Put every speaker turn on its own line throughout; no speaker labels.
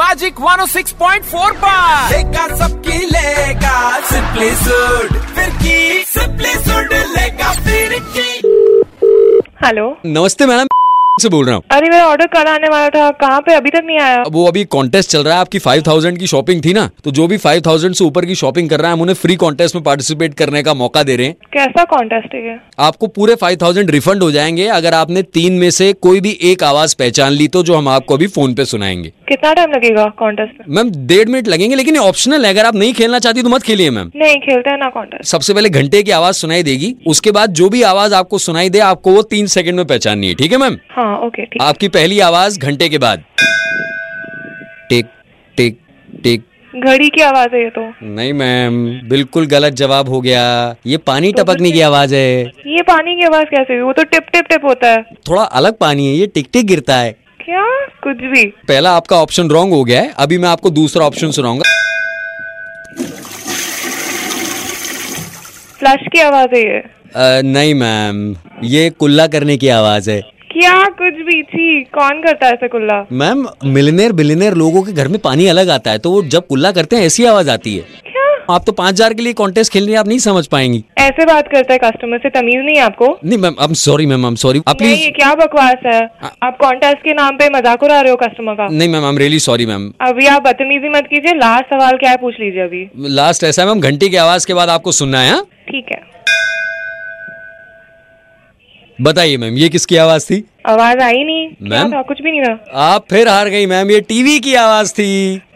Magic 106.4 पर
लेगा सबकी लेगा सिंपली सुड फिर की सिंपली सुड लेगा फिर की
हेलो
नमस्ते मैडम से बोल रहा हूँ
अरे मेरा ऑर्डर कल आने वाला था कहाँ पे अभी तक नहीं आया
अब वो अभी कॉन्टेस्ट चल रहा है आपकी फाइव थाउजेंड की शॉपिंग थी ना तो जो भी फाइव थाउजेंड से ऊपर की शॉपिंग कर रहा है हम उन्हें फ्री कॉन्टेस्ट में पार्टिसिपेट करने का मौका दे रहे हैं
कैसा कॉन्टेस्ट है ये
आपको पूरे फाइव थाउजेंड रिफंड हो जाएंगे अगर आपने तीन में से कोई भी एक आवाज पहचान ली तो जो हम आपको अभी फोन पे सुनाएंगे
कितना टाइम लगेगा कॉन्टेस्ट में
मैम डेढ़ मिनट लगेंगे लेकिन ये ऑप्शनल है अगर आप नहीं खेलना चाहती तो मत खेलिए मैम
नहीं खेलते हैं ना कॉन्टेस्ट
सबसे पहले घंटे की आवाज सुनाई देगी उसके बाद जो भी आवाज आपको सुनाई दे आपको वो तीन सेकंड में पहचाननी है ठीक है मैम
हाँ ओके ठीक
आपकी पहली आवाज घंटे के बाद टिक टिक टिक
घड़ी की आवाज है ये तो
नहीं मैम बिल्कुल गलत जवाब हो गया ये पानी टपकने की आवाज है
ये पानी की आवाज कैसे हुई वो तो टिप टिप टिप होता है
थोड़ा अलग पानी है ये टिक टिक गिरता है
क्या कुछ भी
पहला आपका ऑप्शन रॉन्ग हो गया है अभी मैं आपको दूसरा ऑप्शन सुनाऊंगा
फ्लश की आवाज है ये
अ, नहीं मैम ये कुल्ला करने की आवाज है
क्या कुछ भी थी कौन करता है ऐसे कुल्ला
मैम मिलनेर बिलनेर लोगों के घर में पानी अलग आता है तो वो जब कुल्ला करते हैं ऐसी आवाज आती है
क्या
आप तो पाँच हजार के लिए कॉन्टेस्ट खेल रही हैं, आप नहीं समझ पाएंगी
ऐसे बात करता है कस्टमर से तमीज नहीं है आपको
नहीं ma'am I am sorry ma'am I am sorry आप
नहीं
प्लीज
ये क्या बकवास है आप कॉन्टेस्ट के नाम पे मजाक उड़ा रहे हो कस्टमर का
नहीं ma'am I am really sorry ma'am
अभी आप बदतमीजी मत कीजिए लास्ट सवाल क्या है पूछ लीजिए अभी
लास्ट ऐसा है मैम घंटी की आवाज के बाद आपको सुनना है हाँ?
ठीक है
बताइए मैम ये किसकी आवाज थी
आवाज आई नहीं क्या
मैम?
था कुछ भी नहीं था
आप फिर हार गई मैम ये टीवी की आवाज थी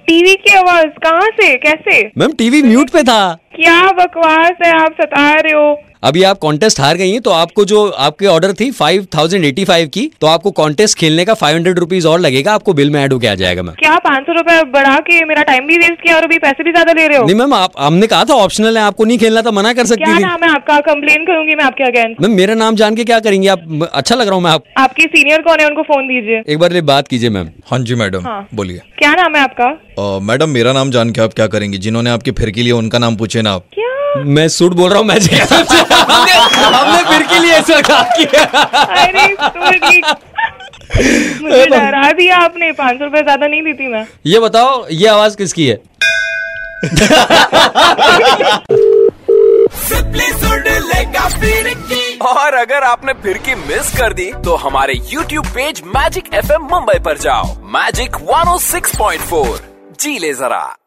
टीवी की आवाज कहाँ से कैसे
मैम टीवी म्यूट पे था
क्या बकवास है आप सता रहे हो
अभी आप कॉन्टेस्ट हार गई हैं तो आपको जो आपके ऑर्डर थी फाइव थाउजेंड एटी फाइव की तो आपको कॉन्टेस्ट खेलने का फाइव हंड्रेड रुपीज और लगेगा आपको बिल में ऐड होके आ जाएगा मैम
क्या पाँच सौ रूपए बढ़ा के मेरा टाइम भी वेस्ट किया और अभी पैसे भी ज्यादा ले रहे हो
नहीं मैम आप हमने कहा था ऑप्शनल है आपको नहीं खेलना था मना कर सकती
तो- क्या
थी
नाम है आपका कंप्लेन करूंगी मैं आपके अगेंस्ट
मैम मेरा नाम जान के क्या करेंगी आप म- अच्छा लग रहा हूँ मैं आप
आपके सीनियर कौन है उनको फोन दीजिए
एक बार ये बात कीजिए मैम
हाँ जी मैडम
हाँ।
बोलिए
क्या नाम है आपका
अ, मैडम मेरा नाम जान के आप क्या करेंगी जिन्होंने आपकी फिर के लिए उनका नाम पूछे ना आप
क्या
मैं सूट बोल रहा हूँ मैं हमने, हमने फिर के लिए ऐसा कहा किया
अरे sorry। मुझे डरा दिया आपने पाँच सौ रूपए ज्यादा नहीं देती मैं
ये बताओ ये आवाज किसकी है
सिंपली सुड लेगा फिर की
और अगर आपने फिर की मिस कर दी तो हमारे YouTube oh page magic F Mumbai पर जाओ मैजिक 106.4 जी ले जरा